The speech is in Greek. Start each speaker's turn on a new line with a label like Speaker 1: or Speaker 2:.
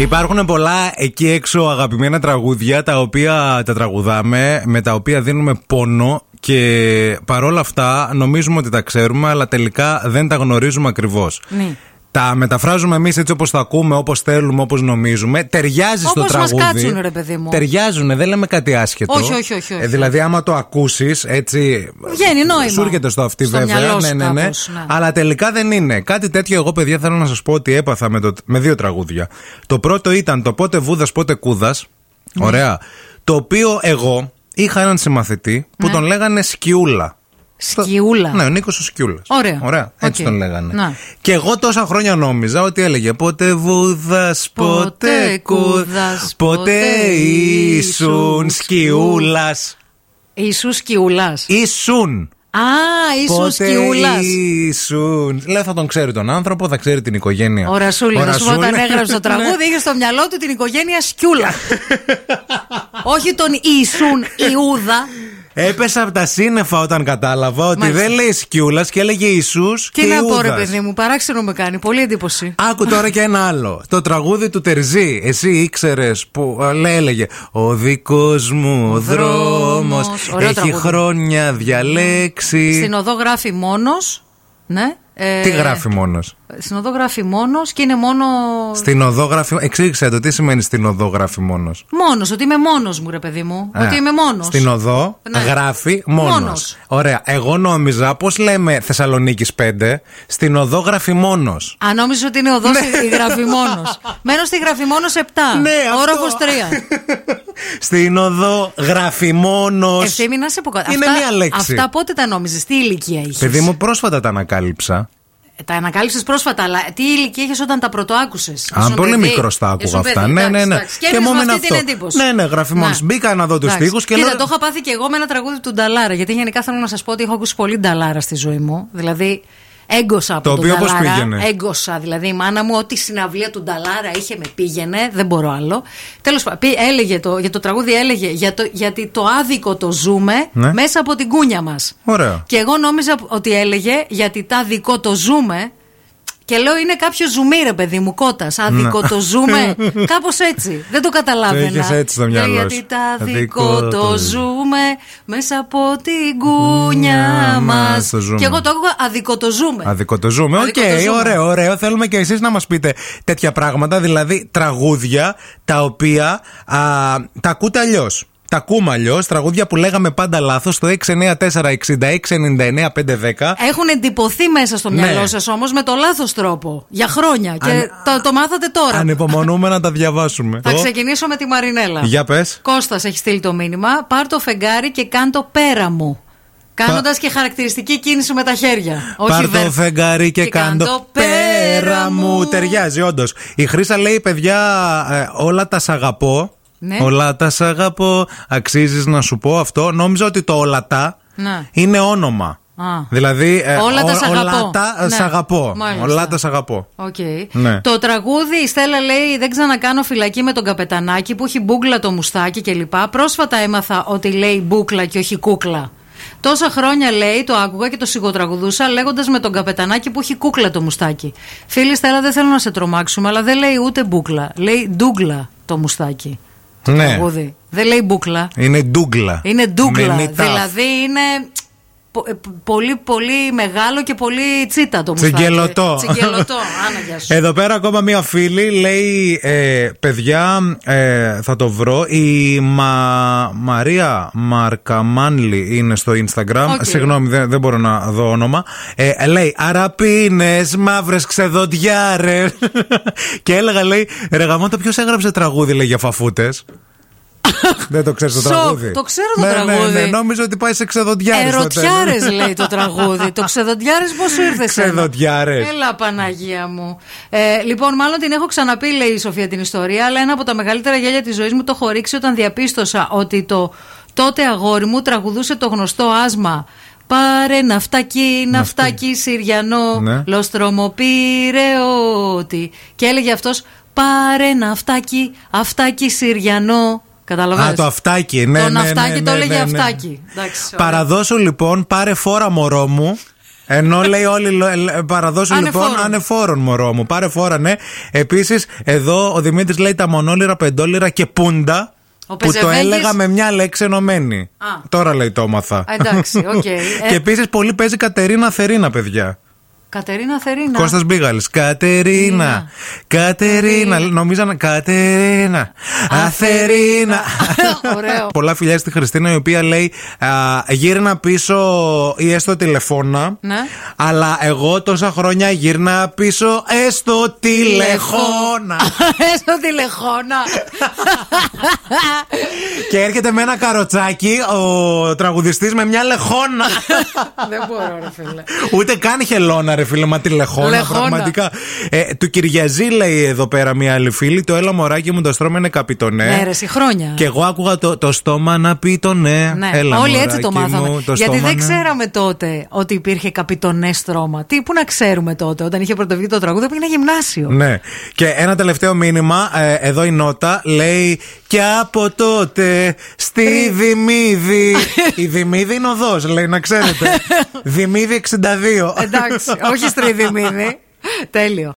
Speaker 1: Υπάρχουν πολλά εκεί έξω αγαπημένα τραγούδια τα οποία τα τραγουδάμε, με τα οποία δίνουμε πόνο και παρόλα αυτά νομίζουμε ότι τα ξέρουμε, αλλά τελικά δεν τα γνωρίζουμε ακριβώς.
Speaker 2: Ναι.
Speaker 1: Τα μεταφράζουμε εμείς έτσι όπως τα ακούμε, όπως θέλουμε, όπως νομίζουμε. Ταιριάζει στο
Speaker 2: Όπως μας
Speaker 1: τραγούδι.
Speaker 2: κάτσουν, ρε παιδί μου.
Speaker 1: Ταιριάζουν, δεν λέμε κάτι άσχετο.
Speaker 2: Όχι, όχι, όχι, όχι.
Speaker 1: Ε, δηλαδή, άμα το ακούσεις, έτσι.
Speaker 2: Βγαίνει νόημα.
Speaker 1: Σου έρχεται στο αυτή,
Speaker 2: Στο
Speaker 1: βέβαια.
Speaker 2: μυαλό
Speaker 1: ναι,
Speaker 2: σου
Speaker 1: ναι, ναι.
Speaker 2: κάπως, ναι.
Speaker 1: Αλλά τελικά δεν είναι. Κάτι τέτοιο, εγώ, παιδιά, θέλω να σας πω ότι έπαθα με, το, με δύο τραγούδια. Το πρώτο ήταν το Πότε Βούδας, Πότε Κούδας.
Speaker 2: Ναι.
Speaker 1: Ωραία. Το οποίο εγώ είχα έναν συμμαθητή που
Speaker 2: Ναι.
Speaker 1: τον λέγανε Σκιούλα.
Speaker 2: Σκιούλα.
Speaker 1: Ναι, ο Νίκος ο Σκιούλας.
Speaker 2: Ωραία.
Speaker 1: Έτσι
Speaker 2: Οκ.
Speaker 1: τον λέγανε.
Speaker 2: Να.
Speaker 1: Και εγώ τόσα χρόνια νόμιζα ότι έλεγε Πότε βούδας,
Speaker 2: Ποτέ
Speaker 1: ποτέ κούδας,
Speaker 2: κούδας,
Speaker 1: ποτέ
Speaker 2: ποτέ ήσουν
Speaker 1: ήσουν σκιούλα.
Speaker 2: Ισού σκιούλα.
Speaker 1: Ήσουν.
Speaker 2: Α, ήσουν
Speaker 1: Πότε
Speaker 2: σκιούλας.
Speaker 1: ήσουν. Λέω θα τον ξέρει τον άνθρωπο, θα ξέρει την οικογένεια.
Speaker 2: Ο Ρασούλη, να σου πω, όταν
Speaker 1: Ρασούλη. Ναι.
Speaker 2: έγραψε το τραγούδι, είχε στο μυαλό του την οικογένεια Σκιούλα. Όχι τον Ισούν Ιούδα.
Speaker 1: Έπεσα από τα σύννεφα όταν κατάλαβα ότι
Speaker 2: Μάλιστα.
Speaker 1: δεν λέει σκιούλας και έλεγε Ισού και
Speaker 2: Τι να πω, ρε
Speaker 1: Ιούδας.
Speaker 2: παιδί μου, παράξενο με κάνει. Πολύ εντύπωση.
Speaker 1: Άκου τώρα και ένα άλλο. Το τραγούδι του Τερζή. Εσύ ήξερες που ε, λέ- έλεγε Ο δικός μου δρόμος
Speaker 2: δρόμος». Ωραίο
Speaker 1: έχει
Speaker 2: τραγούδι.
Speaker 1: χρόνια διαλέξει.
Speaker 2: Στην οδό γράφει μόνος. Ναι. ε,
Speaker 1: Τι γράφει μόνος.
Speaker 2: Στην οδό γράφει μόνος και είναι μόνο.
Speaker 1: Στην οδό γράφει. Εξήγησε το τι σημαίνει στην οδό γράφει μόνος.
Speaker 2: Μόνος, ότι είμαι μόνος μου, ρε παιδί μου. Ότι είμαι μόνος.
Speaker 1: Στην οδό
Speaker 2: Ναι.
Speaker 1: γράφει μόνος.
Speaker 2: Μόνος.
Speaker 1: Ωραία. Εγώ νόμιζα, πώς λέμε Θεσσαλονίκης 5, στην οδό γράφει μόνος.
Speaker 2: Αν νόμιζες ότι είναι οδός
Speaker 1: Ναι.
Speaker 2: η γράφει μόνος. Μένω στη γράφει μόνο 7. Όροφο 3.
Speaker 1: στην οδό γράφει μόνος.
Speaker 2: Ευθύμη, να σε πω κάτι.
Speaker 1: Είναι
Speaker 2: Αυτά-
Speaker 1: μία λέξη.
Speaker 2: Αυτά πότε τα νόμιζες, τι ηλικία είχες.
Speaker 1: Παιδί μου, πρόσφατα τα ανακάλυψα.
Speaker 2: Ε, Τα ανακάλυψες πρόσφατα, αλλά τι ηλικία είχες όταν τα πρωτοάκουσες.
Speaker 1: Α, πολύ μικρό τα άκουγα αυτά. Ναι, ναι, ναι.
Speaker 2: Και
Speaker 1: μόνο
Speaker 2: μόνο
Speaker 1: με
Speaker 2: αυτή την εντύπωση.
Speaker 1: Ναι, ναι, γράφει μόνο.
Speaker 2: Ναι.
Speaker 1: Μπήκα να δω τους
Speaker 2: Εντάξει.
Speaker 1: τοίχου και
Speaker 2: Κοίτα,
Speaker 1: λέω.
Speaker 2: το είχα πάθει και εγώ με ένα τραγούδι του Νταλάρα. Γιατί γενικά θέλω να σας πω ότι έχω ακούσει πολύ Νταλάρα στη ζωή μου. Δηλαδή, έγκωσα από
Speaker 1: Το
Speaker 2: τον
Speaker 1: οποίο πώς
Speaker 2: Νταλάρα.
Speaker 1: πήγαινε?
Speaker 2: Έγκωσα. Δηλαδή, η μάνα μου, ό,τι συναυλία του Νταλάρα είχε με πήγαινε. Δεν μπορώ άλλο. Τέλος πάντων, έλεγε το, για το τραγούδι έλεγε για το, γιατί το άδικο το ζούμε
Speaker 1: Ναι.
Speaker 2: μέσα από την κούνια μας.
Speaker 1: Ωραίο.
Speaker 2: Και εγώ νόμιζα ότι έλεγε γιατί τα δικό το ζούμε. Και λέω είναι κάποιο ζουμί, ρε παιδί μου, κότας. Αδικό
Speaker 1: Ναι.
Speaker 2: το ζούμε. Κάπως έτσι. Δεν το καταλάβαινα.
Speaker 1: Το είχες έτσι στο μυαλό
Speaker 2: Λέει,
Speaker 1: σου.
Speaker 2: Γιατί τα
Speaker 1: Αδικό
Speaker 2: δικό
Speaker 1: το
Speaker 2: το ζούμε μέσα από την κούνια
Speaker 1: Κούνια
Speaker 2: μα.
Speaker 1: μας το ζούμε.
Speaker 2: Και εγώ το άκουγα αδικό το ζούμε.
Speaker 1: Αδικό το ζούμε. Οκ,
Speaker 2: Αδικό το ζούμε.
Speaker 1: ωραίο, ωραίο. Θέλουμε και εσείς να μας πείτε τέτοια πράγματα, δηλαδή τραγούδια τα οποία α, τα ακούτε αλλιώς. Τα ακούμε αλλιώς, τραγούδια που λέγαμε πάντα λάθος στο 694-6699-510.
Speaker 2: Έχουν εντυπωθεί μέσα στο
Speaker 1: Ναι.
Speaker 2: μυαλό σας όμως με το λάθος τρόπο. Για χρόνια. Και
Speaker 1: Αν-
Speaker 2: το, το μάθατε τώρα.
Speaker 1: Ανυπομονούμε να τα διαβάσουμε.
Speaker 2: Θα
Speaker 1: Ο,
Speaker 2: ξεκινήσω με τη Μαρινέλα.
Speaker 1: Για πες.
Speaker 2: Κώστας έχει στείλει το μήνυμα. Πάρ το φεγγάρι και κάν το πέρα μου. Κάνοντας και χαρακτηριστική κίνηση με τα χέρια. Όχι
Speaker 1: Πάρ το
Speaker 2: βέρ-
Speaker 1: φεγγάρι και, κάντο πέρα μου. Ταιριάζει, όντως. Η Χρήσα λέει, παιδιά, ε, όλα τα σ' αγαπώ.
Speaker 2: Ναι.
Speaker 1: Όλα τα σ' αγαπώ. Αξίζεις να σου πω αυτό. Νόμιζα ότι το όλα τα
Speaker 2: Ναι.
Speaker 1: είναι όνομα.
Speaker 2: Α.
Speaker 1: Δηλαδή, ε,
Speaker 2: Όλα τα σ' αγαπώ.
Speaker 1: όλα τα ε,
Speaker 2: Ναι.
Speaker 1: σ' αγαπώ.
Speaker 2: Μάλιστα.
Speaker 1: Όλα τα σ' αγαπώ.
Speaker 2: Οκ.
Speaker 1: Ναι.
Speaker 2: Το τραγούδι η Στέλλα λέει Δεν ξανακάνω φυλακή με τον καπετανάκι που έχει μπούκλα το μουστάκι κλπ. Πρόσφατα έμαθα ότι λέει μπούκλα και όχι κούκλα. Τόσα χρόνια λέει το άκουγα και το σιγοτραγουδούσα λέγοντας με τον καπετανάκι που έχει κούκλα το μουστάκι. Φίλη Στέλλα, δεν θέλω να σε τρομάξουμε, αλλά δεν λέει ούτε μπούκλα. Λέει ντούγκλα το μουστάκι.
Speaker 1: Ναι.
Speaker 2: Τραγούδι. Δεν λέει μπούκλα.
Speaker 1: Είναι ντούγκλα.
Speaker 2: Είναι ντούγκλα.
Speaker 1: Με νιτά.
Speaker 2: Δηλαδή είναι πο- ε, π- πολύ, πολύ μεγάλο και πολύ τσίτα το μουστάκι.
Speaker 1: Τσιγκελωτό.
Speaker 2: Τσιγκελωτό. Άνα γεια σου.
Speaker 1: Εδώ πέρα ακόμα μία φίλη λέει ε, παιδιά ε, θα το βρω η Μα... Μαρία Μαρκαμάνλη είναι στο Instagram
Speaker 2: Οκ.
Speaker 1: συγγνώμη δεν, δεν μπορώ να δω όνομα ε, λέει αραπίνες μαύρες ξεδοντιάρες και έλεγα λέει ρε γαμώτα ποιος έγραψε τραγούδι λέει για φαφούτες δεν το ξέρεις το
Speaker 2: Σοκ,
Speaker 1: τραγούδι.
Speaker 2: το ξέρω το
Speaker 1: Ναι, ναι,
Speaker 2: τραγούδι.
Speaker 1: Ναι, νόμιζα ότι πάει σε ξεδοντιάρες στο τέλος.
Speaker 2: Ερωτιάρε λέει το τραγούδι. το ξεδοντιάρες πώς ήρθε σε.
Speaker 1: Ξεδοντιάρες.
Speaker 2: Έλα, Παναγία μου. Ε, λοιπόν, μάλλον την έχω ξαναπεί, λέει η Σοφία την ιστορία, αλλά ένα από τα μεγαλύτερα γέλια της ζωής μου το έχω ρίξει όταν διαπίστωσα ότι το τότε αγόρι μου τραγουδούσε το γνωστό άσμα. Πάρε ναυτάκι, ναυτάκι Συριανό,
Speaker 1: Ναι.
Speaker 2: λοστρόμο ότι. Και έλεγε αυτός, πάρε ναυτάκι, αυτάκι Συριανό. Καταλαβαίνετε.
Speaker 1: Α, το αυτάκι, ναι.
Speaker 2: Το
Speaker 1: ναι, ναι,
Speaker 2: ναυτάκι
Speaker 1: ναι,
Speaker 2: το
Speaker 1: ναι,
Speaker 2: έλεγε
Speaker 1: ναι.
Speaker 2: αυτάκι. Εντάξει, ωραία.
Speaker 1: Παραδώσου λοιπόν, πάρε φόρα μωρό μου. Ενώ λέει όλοι παραδόση λοιπόν
Speaker 2: Ανεφόρων.
Speaker 1: ανεφόρων, μωρό μου. Πάρε φόρα, ναι. Επίσης, εδώ ο Δημήτρης λέει τα μονόλυρα, πεντόλυρα και πούντα.
Speaker 2: Ο
Speaker 1: που το
Speaker 2: Πεζεβέλης-
Speaker 1: έλεγα με μια λέξη ενωμένη.
Speaker 2: Α.
Speaker 1: Τώρα λέει το έμαθα.
Speaker 2: Α, εντάξει, οκ. Ε.
Speaker 1: Και επίσης πολύ παίζει Κατερίνα Θερίνα, παιδιά.
Speaker 2: Κατερίνα Θερίνα.
Speaker 1: Κώστας Μπίγαλης Κατερίνα. Κατερίνα. Νομίζανε. Κατερίνα. Αθερίνα.
Speaker 2: Ωραίο.
Speaker 1: Πολλά φιλιά στη Χριστίνα η οποία λέει α, γύρνα πίσω ή έστω τηλεφώνα.
Speaker 2: Ναι.
Speaker 1: Αλλά εγώ τόσα χρόνια γύρνα πίσω έστω τηλεφώνα.
Speaker 2: Στο τηλεχώνα.
Speaker 1: Και έρχεται με ένα καροτσάκι ο τραγουδιστής με μια λεχώνα.
Speaker 2: Δεν μπορώ, ρε φίλε.
Speaker 1: Ούτε καν χελώνα, ρε φίλε, μα τη λεχώνα.
Speaker 2: Λεχώνα.
Speaker 1: Πραγματικά. Ε, του Κυριαζή λέει εδώ πέρα μια άλλη φίλη, το έλα μωράκι μου το στρώμα είναι καπιτονέ.
Speaker 2: Ναι, ρε, συγχρόνια.
Speaker 1: Ε, Και εγώ άκουγα το, το στόμα να πει το ναι.
Speaker 2: Ναι,
Speaker 1: Έλα,
Speaker 2: όλοι έτσι
Speaker 1: μωράκι
Speaker 2: το μάθαμε.
Speaker 1: μου, το
Speaker 2: Γιατί
Speaker 1: στόμα
Speaker 2: δεν
Speaker 1: ναι.
Speaker 2: ξέραμε τότε ότι υπήρχε καπιτονέ στρώμα. Τι, πού να ξέρουμε τότε, όταν είχε πρωτοβγεί το τραγούδι, πήγαινε γυμνάσιο.
Speaker 1: Ναι. Και ένα τελευταίο μήνυμα, ε, εδώ η Νότα λέει και από τότε στη Δημίδη. η Δημίδη είναι οδός, λέει, να ξέρετε. Δημίδη 62.
Speaker 2: Εντάξει, όχι στριδιμίδι. Τέλειο.